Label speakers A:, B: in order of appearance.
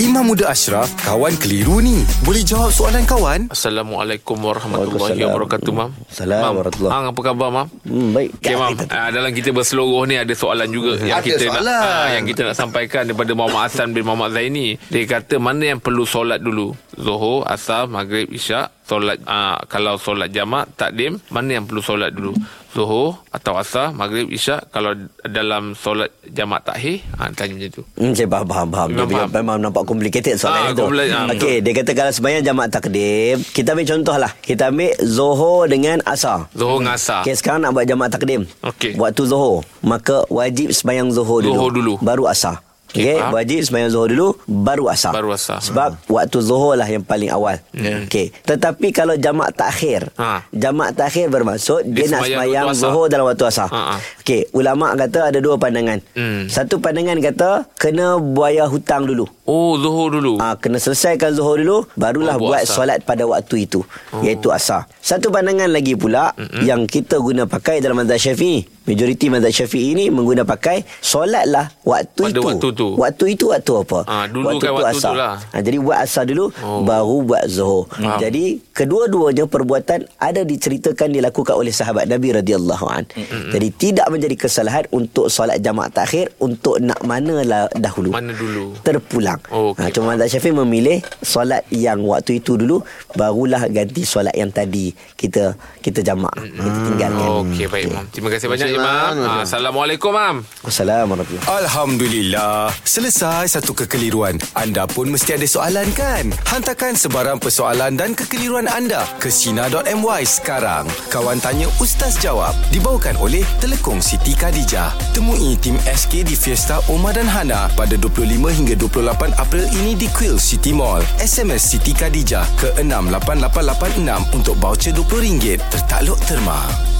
A: Imam Muda Ashraf, kawan keliru ni. Boleh jawab soalan kawan?
B: Assalamualaikum warahmatullahi
C: Waalaikumsalam.
B: wabarakatuh, Mam.
C: Salam
B: Mam,
C: warahmatullahi.
B: Hang, apa khabar, Mam?
C: Hmm, baik.
B: Okay, Mam. Uh, dalam kita berseluruh ni ada soalan juga yang
D: Ada
B: kita nak
D: soalan.
B: ah, yang kita nak sampaikan daripada Muhammad Hasan bin Muhammad Zaini. Dia kata mana yang perlu solat dulu? Zuhur, asar, maghrib, isyak. Solat ah, kalau solat jamak, takdim, mana yang perlu solat dulu? Zuhur atau asar, maghrib, isyak. Kalau dalam solat jamak takhir, ah, tanya macam tu.
C: Hmm, saya faham, faham, faham. Dia
B: Memang
C: punya
B: faham.
C: memang nampak complicated
B: Ah,
C: soalan itu.
B: compli- ah,
C: Okey, dia kata kalau sembahyang jamak takdim, kita ambil contoh lah. Kita ambil Zohor dengan Asar.
B: Zuhur dengan asar.
C: Okey, sekarang nak buat jamak takdim.
B: Okey.
C: Waktu Zohor, maka wajib sembahyang Zohor dulu.
B: Zuhur dulu.
C: Baru Asar. Okey,
B: Okey, faham.
C: wajib sembahyang Zohor dulu, baru Asar.
B: Baru asar. Hmm.
C: Sebab waktu Zohor lah yang paling awal.
B: Ya.
C: Okey, tetapi kalau jamak takhir,
B: Ha.
C: jamak takhir bermaksud dia,
B: Dia
C: nak
B: sembahyang
C: sembahyang
B: waktu asar.
C: Zohor dalam waktu Asar.
B: Ha, ha.
C: Okey, ulama kata ada dua pandangan.
B: Hmm.
C: Satu pandangan kata kena buaya hutang dulu.
B: Oh, Zuhur dulu.
C: Ah ha, kena selesaikan Zuhur dulu barulah
B: Oh, buat
C: buat
B: asar.
C: solat pada waktu itu oh. iaitu asar. Satu pandangan lagi pula mm-hmm. yang kita guna pakai dalam mazhab Syafi'i. Majoriti mazhab Syafi'i ini mengguna pakai solatlah waktu
B: Pada
C: itu.
B: waktu tu.
C: Waktu itu waktu apa?
B: Ah, dulukan waktu tu
C: asar.
B: lah.
C: Ha, jadi buat asar dulu
B: Oh.
C: oh. baru buat Zuhur.
B: Faham.
C: Jadi kedua-duanya perbuatan ada diceritakan dilakukan oleh sahabat Nabi radhiyallahu an. Mm-hmm. Jadi tidak menjadi kesalahan untuk solat jamak takhir untuk nak mana lah dahulu.
B: Mana dulu? Oh,
C: Terpulang.
B: Okey.
C: Ha, cuma Mazhab Syafi'i memilih solat yang waktu itu dulu barulah ganti solat yang tadi kita kita jamak kita tinggalkan.
B: Hmm, Okey, baik, Mam. Terima kasih banyak,
D: kasih,
B: Imam.
D: Mam. Terima
B: Ah,
D: kasih.
B: Assalamualaikum, Mam.
C: Assalamualaikum.
A: Alhamdulillah. Selesai satu kekeliruan. Anda pun mesti ada soalan kan? Hantarkan sebarang persoalan dan kekeliruan anda ke Sina.my sekarang. Kawan Tanya Ustaz Jawab. Dibawakan oleh Telekong Siti Khadijah. Temui tim SK di Fiesta Omar dan Hana pada 25 hingga 28 April ini di Quill City Mall. SMS Siti Khadijah ke 68886 untuk baucer RM20. Tertakluk terma.